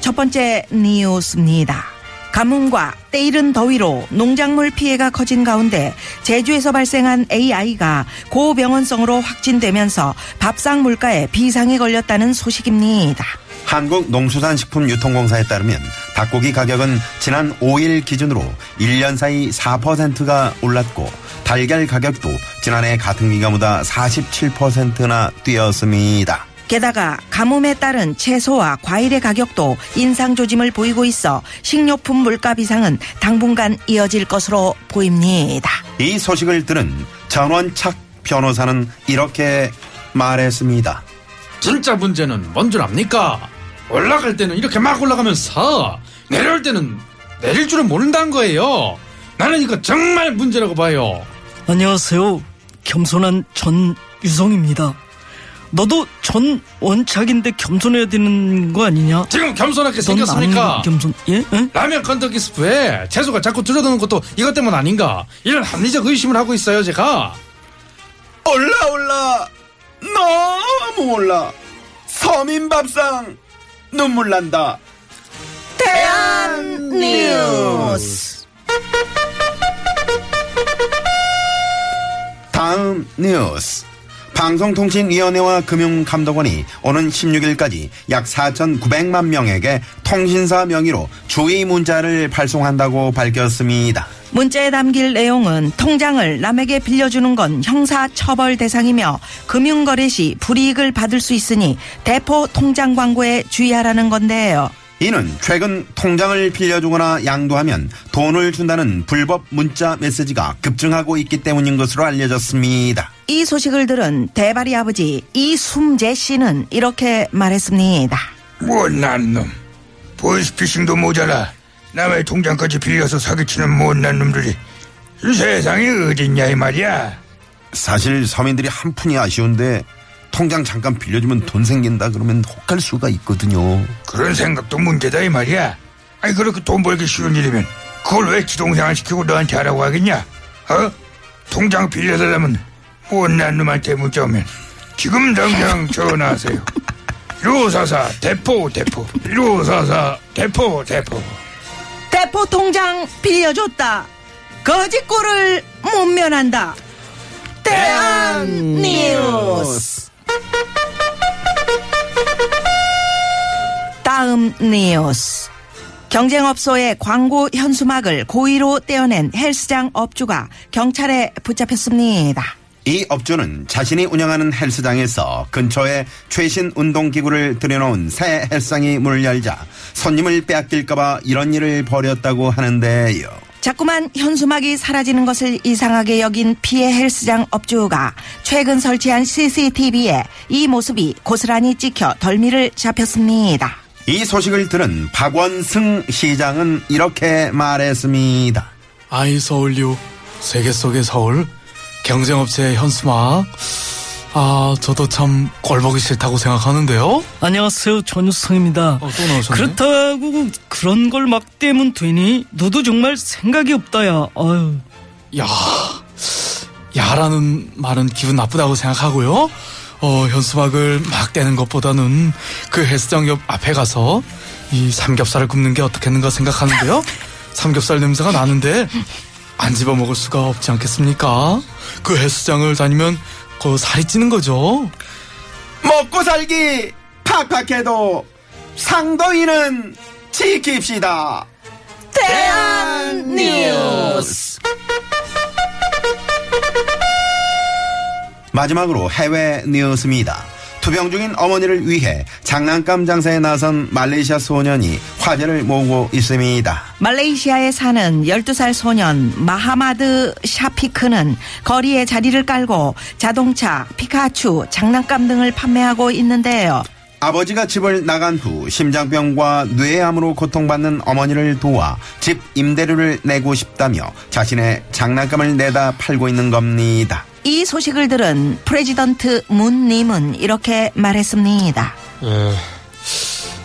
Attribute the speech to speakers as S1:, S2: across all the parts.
S1: 첫 번째 뉴스입니다. 가뭄과 때이른 더위로 농작물 피해가 커진 가운데 제주에서 발생한 AI가 고병원성으로 확진되면서 밥상 물가에 비상이 걸렸다는 소식입니다.
S2: 한국농수산식품유통공사에 따르면 닭고기 가격은 지난 5일 기준으로 1년 사이 4%가 올랐고 달걀 가격도 지난해 같은 기간보다 47%나 뛰었습니다.
S1: 게다가 가뭄에 따른 채소와 과일의 가격도 인상 조짐을 보이고 있어 식료품 물가 비상은 당분간 이어질 것으로 보입니다.
S2: 이 소식을 들은 전원착 변호사는 이렇게 말했습니다.
S3: 진짜 문제는 뭔 줄 압니까? 올라갈 때는 이렇게 막 올라가면 서 내려올 때는 내릴 줄은 모른다는 거예요. 나는 이거 정말 문제라고 봐요.
S4: 안녕하세요. 겸손한 전 유성입니다. 너도 전 원착인데 겸손해야 되는 거 아니냐?
S3: 지금
S4: 넌
S3: 겸손하게
S4: 안
S3: 생겼으니까
S4: 겸손 예? 예?
S3: 라면 건더기 스프에 채소가 자꾸 줄어드는 것도 이것 때문 아닌가 이런 합리적 의심을 하고 있어요 제가
S2: 올라 올라 너무 올라 서민 밥상 눈물 난다.
S1: 대한 뉴스.
S2: 다음 뉴스. 방송통신위원회와 금융감독원이 오는 16일까지 약 4,900만 명에게 통신사 명의로 주의 문자를 발송한다고 밝혔습니다.
S1: 문자에 담길 내용은 통장을 남에게 빌려주는 건 형사 처벌 대상이며 금융거래 시 불이익을 받을 수 있으니 대포 통장 광고에 주의하라는 건데요.
S2: 이는 최근 통장을 빌려주거나 양도하면 돈을 준다는 불법 문자 메시지가 급증하고 있기 때문인 것으로 알려졌습니다.
S1: 이 소식을 들은 대발이 아버지 이숨재 씨는 이렇게 말했습니다.
S5: 뭐, 못난 놈. 보이스피싱도 모자라 남의 통장까지 빌려서 사기치는 못난 놈들이 이 세상에 어딨냐 이 말이야.
S2: 사실 서민들이 한 푼이 아쉬운데 통장 잠깐 빌려주면 돈 생긴다 그러면 혹할 수가 있거든요.
S5: 그런 생각도 문제다 이 말이야. 아니 그렇게 돈 벌기 쉬운 일이면 그걸 왜 지동생 안 시키고 너한테 하라고 하겠냐? 어? 통장 빌려달라면 못난 놈한테 문자 오면 지금 당장 전화하세요. 1544 대포 대포 1544 대포 대포
S1: 대포 통장 빌려줬다. 거짓골을 못 면한다. 대한 뉴스. 다음 뉴스. 경쟁업소의 광고 현수막을 고의로 떼어낸 헬스장 업주가 경찰에 붙잡혔습니다.
S2: 이 업주는 자신이 운영하는 헬스장에서 근처에 최신 운동기구를 들여놓은 새 헬스장이 문을 열자 손님을 빼앗길까봐 이런 일을 벌였다고 하는데요.
S1: 자꾸만 현수막이 사라지는 것을 이상하게 여긴 피해 헬스장 업주가 최근 설치한 CCTV에 이 모습이 고스란히 찍혀 덜미를 잡혔습니다.
S2: 이 소식을 들은 박원승 시장은 이렇게 말했습니다.
S3: 아이 서울류 세계 속의 서울 경쟁업체의 현수막 아 저도 참 꼴보기 싫다고 생각하는데요
S4: 안녕하세요. 전 유성입니다.
S3: 어, 또 나오셨네.
S4: 그렇다고 그런 걸 막 떼면 되니? 너도 정말 생각이 없다야. 아유.
S3: 야, 야라는 말은 기분 나쁘다고 생각하고요. 어, 현수막을 막 떼는 것보다는 그 헬스장 옆 앞에 가서 이 삼겹살을 굽는 게 어떻겠는가 생각하는데요. 삼겹살 냄새가 나는데 안 집어 먹을 수가 없지 않겠습니까? 그 헬스장을 다니면 그 살이 찌는 거죠.
S2: 먹고 살기 팍팍해도 상도인은 지킵시다.
S1: 대한 뉴스.
S2: 마지막으로 해외 뉴스입니다. 투병 중인 어머니를 위해 장난감 장사에 나선 말레이시아 소년이 화제를 모으고 있습니다.
S1: 말레이시아에 사는 12살 소년 마하마드 샤피크는 거리에 자리를 깔고 자동차, 피카츄, 장난감 등을 판매하고 있는데요.
S2: 아버지가 집을 나간 후 심장병과 뇌암으로 고통받는 어머니를 도와 집 임대료를 내고 싶다며 자신의 장난감을 내다 팔고 있는 겁니다.
S1: 이 소식을 들은 프레지던트 문님은 이렇게 말했습니다.
S5: 예,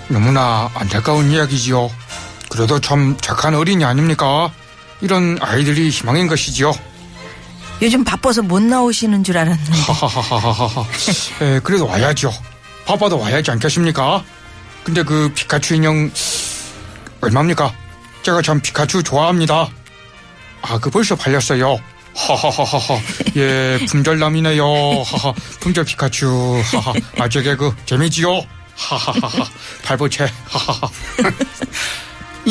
S5: 너무나 안타까운 이야기지요. 그래도 참 착한 어린이 아닙니까? 이런 아이들이 희망인 것이지요.
S1: 요즘 바빠서 못 나오시는 줄 알았는데
S5: 하하하하하. 예, 그래도 와야죠. 바빠도 와야지 않겠습니까? 근데 그 피카츄 인형 얼마입니까? 제가 참 피카츄 좋아합니다. 아, 그 벌써 팔렸어요. 하하하하하. 예, 품절남이네요. 하하. 품절 피카츄. 하하. 아, 저게 그 재미지요. 하하하하. 발보채. 하하하.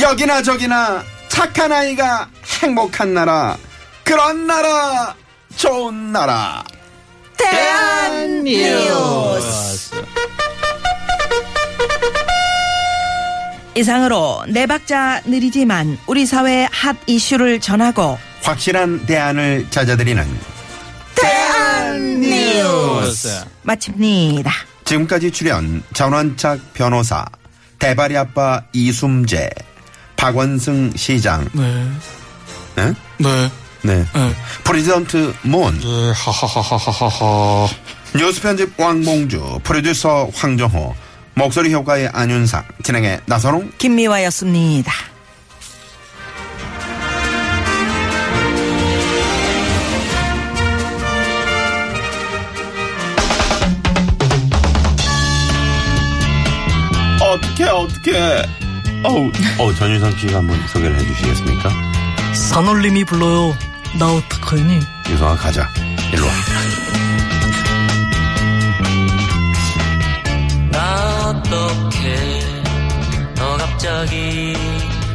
S2: 여기나 저기나 착한 아이가 행복한 나라 그런 나라 좋은 나라
S1: 대한
S6: 어,
S7: 아,
S1: 뉴스 이상으로 네 박자 느리지만 우리 사회의 핫 이슈를 전하고
S2: 확실한 대안을 찾아드리는 대안 네, 뉴스
S1: 마칩니다.
S2: 지금까지 출연 전원착 변호사 대바리 아빠 이숨재 박원승 시장
S3: 네.
S2: 네,
S3: 네.
S2: 네.
S3: 네.
S2: 프리젠트 몬
S5: 예, 하하하하하하.
S2: 뉴스 편집 왕봉주 프로듀서 황정호 목소리 효과의 안윤상 진행의 나선홍
S1: 김미화였습니다.
S2: 어떻게 어떻게 어우 어 전윤상 씨가 한번 소개를 해주시겠습니까?
S4: 산울림이 불러요. 나 어떡하니?
S2: 유성아 가자 일로 와
S8: 나 어떡해 너 갑자기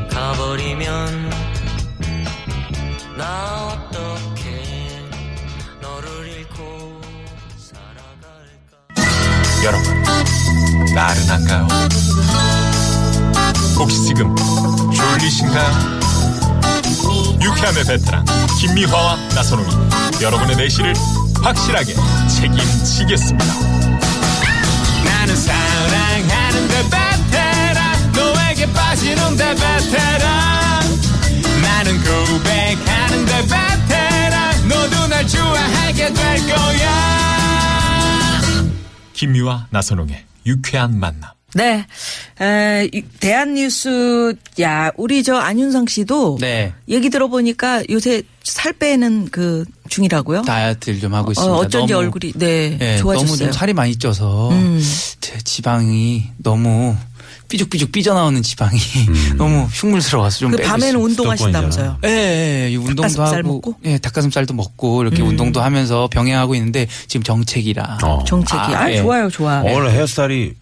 S8: 가버리면 나 어떡해 너를 잃고 살아갈까
S9: 여러분, 나른한가요? 혹시 지금 졸리신가요? 유쾌함의 베테랑 김미화와 나선홍이 여러분의 내실을 확실하게 책임지겠습니다. 나는 사랑하는데 베테랑 너에게 빠지는데 베테랑 나는 고백하는데 베테랑 너도 날 좋아하게 될 거야. 김유와 나선홍의 유쾌한 만남.
S1: 네. 에, 이 대한 뉴스 야, 우리 저 안윤상 씨도
S10: 네.
S1: 얘기 들어보니까 요새 살 빼는 그 중이라고요?
S10: 다이어트를 좀 하고
S1: 어,
S10: 있습니다.
S1: 어쩐지
S10: 너무,
S1: 얼굴이 네,
S10: 예, 너무
S1: 좋아졌어요. 음.
S10: 좀 살이 많이 쪄서 제 지방이 너무 삐죽삐죽 삐져나오는 지방이 너무 흉물스러워서 좀
S1: 그
S10: 빼고
S1: 밤에는
S10: 있습니다.
S1: 운동하신다면서요.
S10: 예, 예, 예, 이 운동도
S1: 닭가슴살
S10: 하고
S1: 먹고? 음.
S10: 예, 닭가슴살도 먹고 이렇게 운동도 하면서 병행하고 있는데 지금 정책이라
S1: 정책이. 아,
S10: 아, 예.
S1: 좋아요, 좋아.
S6: 오늘 헤어스타일이 예전에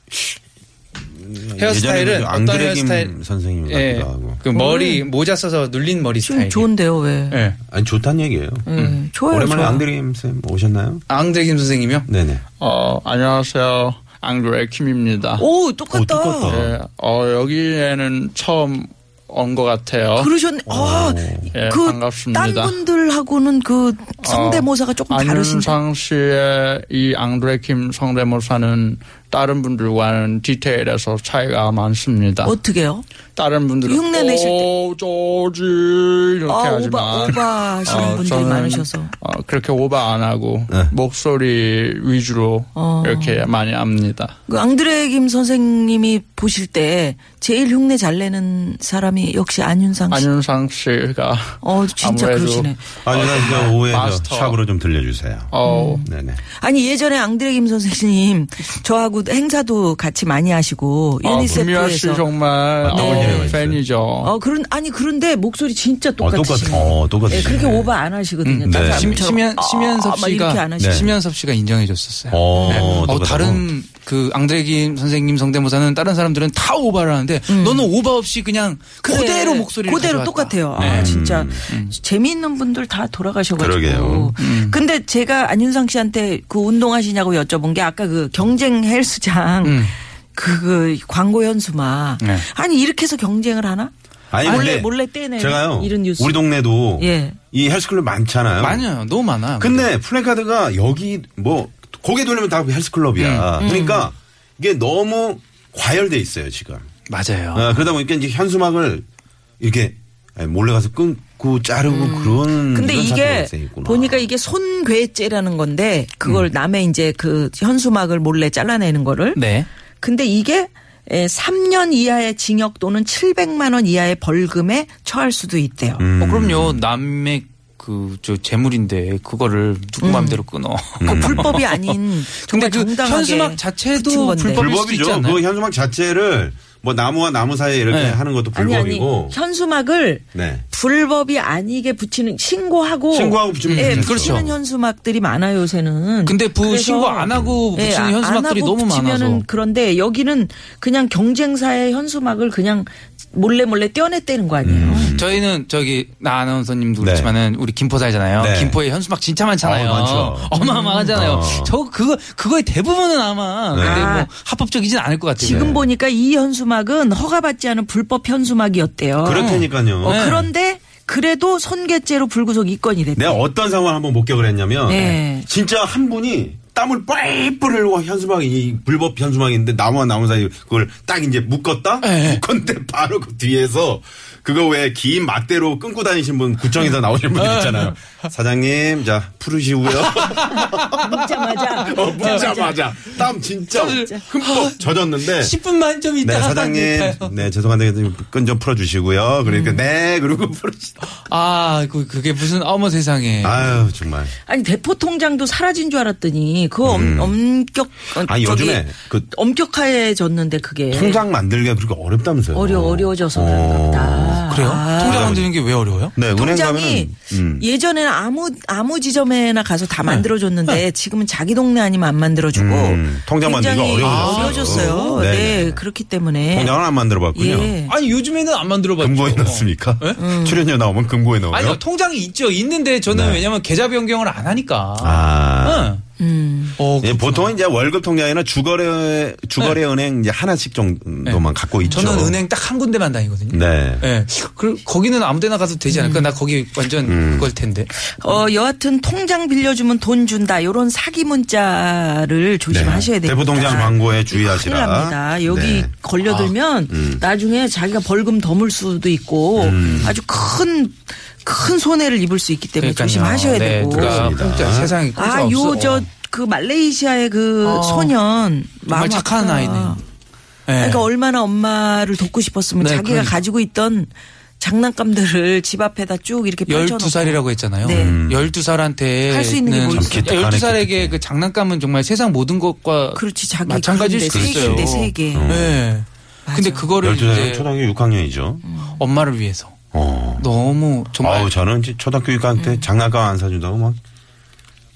S7: 헤어스타일은
S6: 그
S7: 어떤
S6: 안드레김
S7: 헤어스타일?
S6: 선생님 같기도
S7: 예,
S6: 하고
S7: 그 머리
S3: 음.
S7: 모자 써서 눌린 머리
S1: 지금
S7: 스타일.
S1: 좋은데요, 왜?
S7: 예,
S6: 아니 좋단 얘기예요.
S1: 예, 좋아요,
S6: 음. 오랜만에
S1: 좋아.
S6: 앙드레김 쌤 오셨나요?
S7: 앙드레김 선생님이요.
S6: 네네.
S7: 어 안녕하세요, 앙드레김입니다.
S1: 오, 똑같다.
S6: 오, 똑같다.
S10: 네.
S7: 예, 어 여기에는 처음 온 것 같아요.
S1: 그러셨네. 아,
S6: 어.
S7: 예,
S1: 그,
S7: 반갑습니다. 어,
S1: 딴 분들하고 그 성대모사가 조금 다르신데.
S7: 안윤상 씨의 이 앙드레김 성대모사는 다른 분들과는 디테일에서 차이가 많습니다.
S1: 어떻게요?
S7: 다른 분들은
S1: 흉내 내실 때.
S7: 오, 저지 이렇게
S1: 아,
S7: 하지만
S1: 오바, 오바 하시는
S7: 어,
S1: 분들이
S7: 저는,
S1: 많으셔서.
S7: 어, 그렇게 오바 안 하고 목소리 위주로
S1: 어.
S7: 이렇게 많이 합니다.
S1: 그 앙드레 김 선생님이 보실 때 제일 흉내 잘 내는 사람이 역시 안윤상 씨.
S7: 안윤상 씨가
S1: 아, 어, 진짜
S7: 아무래도
S1: 그러시네.
S6: 아니 나 이제 오후에 저
S7: 마스터.
S6: 샵으로 좀 들려주세요.
S7: 어,
S6: 네네.
S1: 아니 예전에 앙드레 김 선생님 저하고 행사도 같이 많이 하시고
S10: 어,
S7: 아, 김미아 씨
S1: 유니세프에서
S7: 정말
S6: 어떤
S7: 어,
S6: 분이라고 했어요?
S7: 팬이죠.
S1: 어 그런 아니 그런데 목소리 진짜
S6: 어
S1: 똑같으시네.
S6: 똑같아. 어 똑같아.
S1: 예, 그렇게 오버 안 하시거든요.
S6: 음,
S1: 다른
S6: 네.
S10: 심,
S1: 사람처럼.
S10: 심연, 심연섭
S1: 아, 막 이렇게
S10: 씨가
S1: 안 하시죠.
S10: 심연섭 씨가 인정해 줬었어요.
S6: 어,
S10: 어,
S6: 똑같아.
S10: 다른 그 앙드레김 선생님 성대모사는 다른 사람들은 다 오바를 하는데 너는 오바 없이 그냥
S1: 음. 그래,
S10: 그대로 목소리를
S1: 그대로
S10: 가져왔다. 음.
S1: 똑같아요. 아, 진짜 재미있는 분들 다 돌아가셔가지고.
S6: 네. 음. 그러게요. 음.
S1: 근데 제가 안윤상 씨한테 그 운동하시냐고 여쭤본 게 아까 그 경쟁 헬스장 그, 그 광고 현수막
S10: 음. 네.
S1: 아니 이렇게 해서 경쟁을 하나?
S6: 아니
S1: 몰래-
S6: 근데
S1: 몰래 떼내는
S6: 제가요.
S1: 이런 뉴스.
S6: 우리 동네도
S1: 예.
S6: 이 헬스클럽 많잖아요.
S10: 많아요. 너무 많아.
S1: 음,
S6: 근데 플래카드가 여기 뭐 고개 돌리면 다 헬스클럽이야. 그러니까
S2: 이게 너무 과열돼 있어요 지금.
S10: 맞아요.
S2: 어, 그러다 보니까 이제 현수막을 이렇게 몰래 가서 끊고 자르고 그런.
S1: 음. 근데
S2: 그런 사태가
S1: 이게
S2: 발생했구나.
S1: 보니까 이게 손괴죄라는 건데 그걸 남의 이제 그 현수막을 몰래 잘라내는 거를.
S10: 음. 네.
S1: 근데 이게 에, 3년 이하의 징역 또는 700만 원 이하의 벌금에 처할 수도 있대요.
S2: 음,
S10: 어, 그럼요. 남의 그 저 재물인데 그거를 누구
S1: 음.
S10: 마음대로 끊어. 그
S1: 그 불법이 아닌 정말 정당하게
S10: 현수막 자체도
S1: 붙인 건데.
S2: 불법이죠. 그 현수막 자체를 뭐 나무와 나무 사이에 이렇게
S10: 네.
S2: 하는 것도
S1: 아니 아니
S2: 불법이고.
S1: 현수막을
S2: 네.
S1: 불법이 아니게 붙이는 신고하고
S2: 신고하고 붙이면
S1: 예,
S2: 되죠.
S1: 붙이는
S2: 그렇죠.
S1: 현수막들이 많아요 요새는.
S10: 근데 부-
S1: 그래서- 예,
S10: 신고 안 하고 붙이는
S1: 안
S10: 현수막들이
S1: 하고
S10: 너무
S1: 붙이면은
S10: 많아서.
S1: 그런데 여기는 그냥 경쟁사의 현수막을 그냥 몰래 몰래 떼어냈다는 거
S10: 음,
S1: 아니에요?
S10: 네. 저희는 저기 나 아나운서님도
S1: 네.
S10: 그렇지만은 우리 김포 살잖아요.
S11: 네.
S10: 김포에 현수막 진짜 많잖아요.
S11: 어, 많죠.
S10: 어마어마하잖아요.
S11: 어.
S10: 저 그거 그거의 대부분은 아마
S1: 네.
S10: 근데
S1: 아.
S10: 뭐 합법적이진 않을 것 같아요.
S1: 지금 보니까 이 현수막은 허가받지 않은 불법 현수막이었대요.
S2: 그렇다니까요.
S1: 어,
S2: 네.
S1: 그런데 그래도 손괴죄로 불구속 입건이 됐대.
S2: 내가 네, 어떤 상황을 한번 목격을 했냐면
S1: 네.
S2: 진짜 한 분이 땀을 뻘뻘 흘리고 현수막이 이 불법 현수막인데 나무와 나무 사이 그걸 딱 이제 묶었다 묶었는데 바로 그 뒤에서 그거 왜 긴 막대로 끊고 다니신 분 구청에서 나오신 분 있잖아요 사장님 자 푸르시고요
S1: 묻자마자
S2: 어, 묻자마자 땀 진짜 흠뻑 젖었는데
S10: 10분만 좀
S2: 네
S10: 있다가
S2: 사장님
S10: 될까요?
S2: 네 죄송한데 끈 좀 풀어주시고요 그러니까 네 그리고 풀어주
S10: 아, 그, 그게 무슨, 어머 세상에.
S2: 아유, 정말.
S1: 아니 대포 통장도 사라진 줄 알았더니 그거 엄-
S2: 음.
S1: 엄격 어,
S2: 아니,
S1: 저기
S2: 요즘에 그-
S1: 엄격해졌는데 그게
S2: 통장 만들기가 그렇게 어렵다면서요.
S1: 어려 어려워져서 그런가 보다. 아,
S10: 그래요? 통장 만드는 게 왜 어려워요?
S2: 네, 은행
S1: 통장이
S2: 가면은 음. 네.
S1: 예전에는 아무 아무 지점에나 가서 다 만들어줬는데 지금은 자기 동네 아니면 안 만들어주고
S2: 음, 통장 만들기가
S1: 굉장히
S2: 어려워졌어요.
S1: 어려워졌어요.
S2: 네,
S1: 네,
S2: 네.
S1: 그렇기 때문에
S2: 통장을 안 만들어 봤군요.
S1: 예. 음.
S10: 아니 요즘에는 안 만들어 봤죠.
S2: 금고에 넣습니까? 출연료 나오면 금고에 넣어요.
S10: 예? 아니요, 그러니까 통장이 있죠. 있는데 저는
S2: 네.
S10: 왜냐면 계좌 변경을 안 하니까. 어.
S2: 아.
S1: 음.
S2: 예, 보통은 이제 월급 통장이나 주거래 주거래 은행 이제 하나씩 정도만 갖고 있죠.
S10: 네. 저는 은행 딱 한 군데만 다니거든요.
S2: 네.
S10: 예. 그 거기는 아무데나 가도 되지 않을까? 나 거기 완전 그걸 텐데.
S1: 어 여하튼 통장 빌려주면 돈 준다 이런 사기 문자를 조심하셔야
S2: 네.
S1: 됩니다. 아,
S2: 대포통장 광고에
S1: 큰일
S2: 주의하시라.
S1: 납니다. 여기
S2: 네. 음.
S1: 걸려들면 나중에 자기가 벌금 더 물 수도 있고 아주 큰, 큰 손해를 입을 수 있기 때문에
S10: 그러니까요.
S1: 조심하셔야
S10: 네,
S1: 되고.
S10: 누가 공짜, 세상에 공짜
S1: 아, 요,
S10: 없어.
S1: 저, 그 말레이시아의 그
S10: 어.
S1: 소년.
S10: 정말
S1: 마마카.
S10: 착한 아이네요. 예.
S1: 그러니까 얼마나 엄마를 돕고 싶었으면
S10: 네,
S1: 자기가
S10: 그러니까.
S1: 가지고 있던 장난감들을 집 앞에다 쭉 이렇게 펼쳐놓고.
S10: 12살이라고 했잖아요.
S1: 네. 음.
S10: 12살한테
S1: 할수 있는 게뭐 있어요? 기특하네,
S10: 12살에게 그 장난감은 정말 세상 모든 것과
S1: 그렇죠. 자기
S10: 마찬가지일 수도
S1: 그런데
S10: 있어요.
S1: 세계인데 세계.
S10: 예. 근데 그거를
S2: 음. 12살
S10: 이제
S2: 초등학교 6학년이죠.
S1: 음.
S10: 엄마를 위해서
S2: 어.
S10: 너무 정말
S2: 아우, 저는 이제 초등학교 6학년
S1: 음.
S2: 때 장난감 안 사준다고 막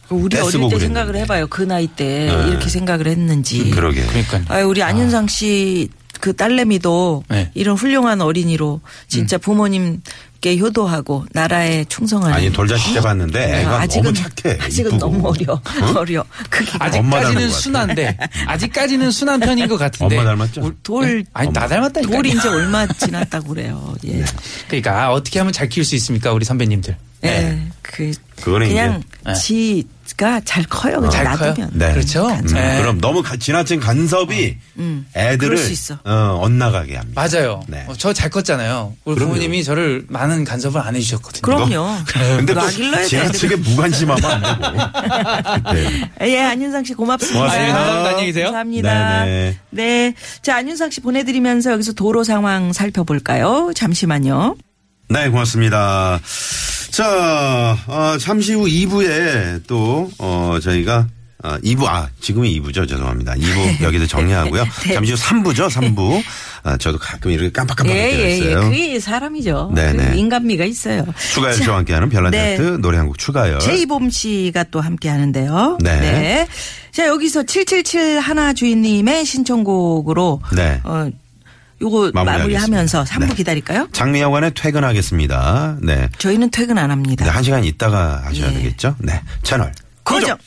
S1: 그러니까 우리
S2: 떼쓰고
S1: 어릴 때
S2: 그랬는데.
S1: 생각을 해봐요. 그 나이 때
S2: 네. 음,
S1: 이렇게 생각을 했는지.
S2: 그러게.
S10: 그러니까
S1: 아유, 우리 안윤상 씨 그 딸내미도
S2: 네.
S1: 이런 훌륭한 어린이로 진짜
S10: 음.
S1: 부모님께 효도하고 나라에 충성하는. 어? 네,
S2: 아니, 돌잔치 때 봤는데 애가 너무 착해,
S1: 아직은
S2: 이쁘고.
S1: 너무 어려. 어려. 그게
S2: 엄마라는
S10: 아직까지는
S2: 것 같아.
S10: 순한데 아직까지는 순한 편인 것 같은데
S1: 네.
S2: 엄마 닮았죠?
S10: 울-
S1: 어, 돌
S10: 네? 아니 나 닮았다니까
S1: 돌이 이제 얼마 지났다고 그래요. 예.
S2: 네.
S10: 그러니까 어떻게 하면 잘 키울 수 있습니까 우리 선배님들
S1: 예. 그
S2: 네. 그거는
S1: 그냥
S2: 이제-
S1: 지가 잘 커요. 그냥 어. 놔두면.
S2: 네.
S10: 그렇죠?
S2: 음,
S10: 네.
S2: 그럼 너무 가- 지나친 간섭이
S1: 음.
S2: 애들을
S10: 그럴 수 있어.
S2: 어, 엇나가게 합니다.
S10: 맞아요 어, 저 잘 컸잖아요
S2: 네.
S10: 우리
S2: 그럼요.
S10: 부모님이 저를 많은 간섭을 안 해주셨거든요
S1: 그럼요.
S2: 근데 또
S1: 놔길러야 돼.
S2: 지나치게 무관심하면 안 되고. 네.
S1: 예, 안윤상 씨 고맙습니다. 아,
S2: 고맙습니다. 감사합니다. 안녕히 계세요.
S1: 감사합니다.
S2: 네네.
S1: 네. 자, 안윤상 씨 보내드리면서 여기서 도로 상황 살펴볼까요? 잠시만요.
S2: 네, 고맙습니다. 자, 어, 잠시 후 2부에 또, 어, 저희가, 아, 2부, 아, 지금이 2부죠. 죄송합니다. 2부 여기서 정리하고요.
S1: 네.
S2: 잠시 후 3부죠. 3부. 아, 저도 가끔 이렇게 깜빡깜빡
S1: 예,
S2: 때가
S1: 예, 예.
S2: 있어요.
S1: 그게 사람이죠.
S2: 네네.
S1: 그 인간미가 있어요.
S2: 추가열
S1: 자,
S2: 씨와 함께하는 별난
S1: 네.
S2: 차트 노래 한 곡 추가열.
S1: 제이봄 씨가 또 함께 하는데요.
S2: 네.
S1: 자, 여기서 777 하나 주인님의 신청곡으로
S2: 네.
S1: 어 요거
S2: 마무리하겠습니다. 네.
S1: 마무리하면서 3부 기다릴까요?
S2: 장미여관에 퇴근하겠습니다. 네.
S1: 저희는 퇴근 안 합니다. 예.
S2: 네, 한 시간 있다가 하셔야 되겠죠? 네. 채널.
S1: 고정.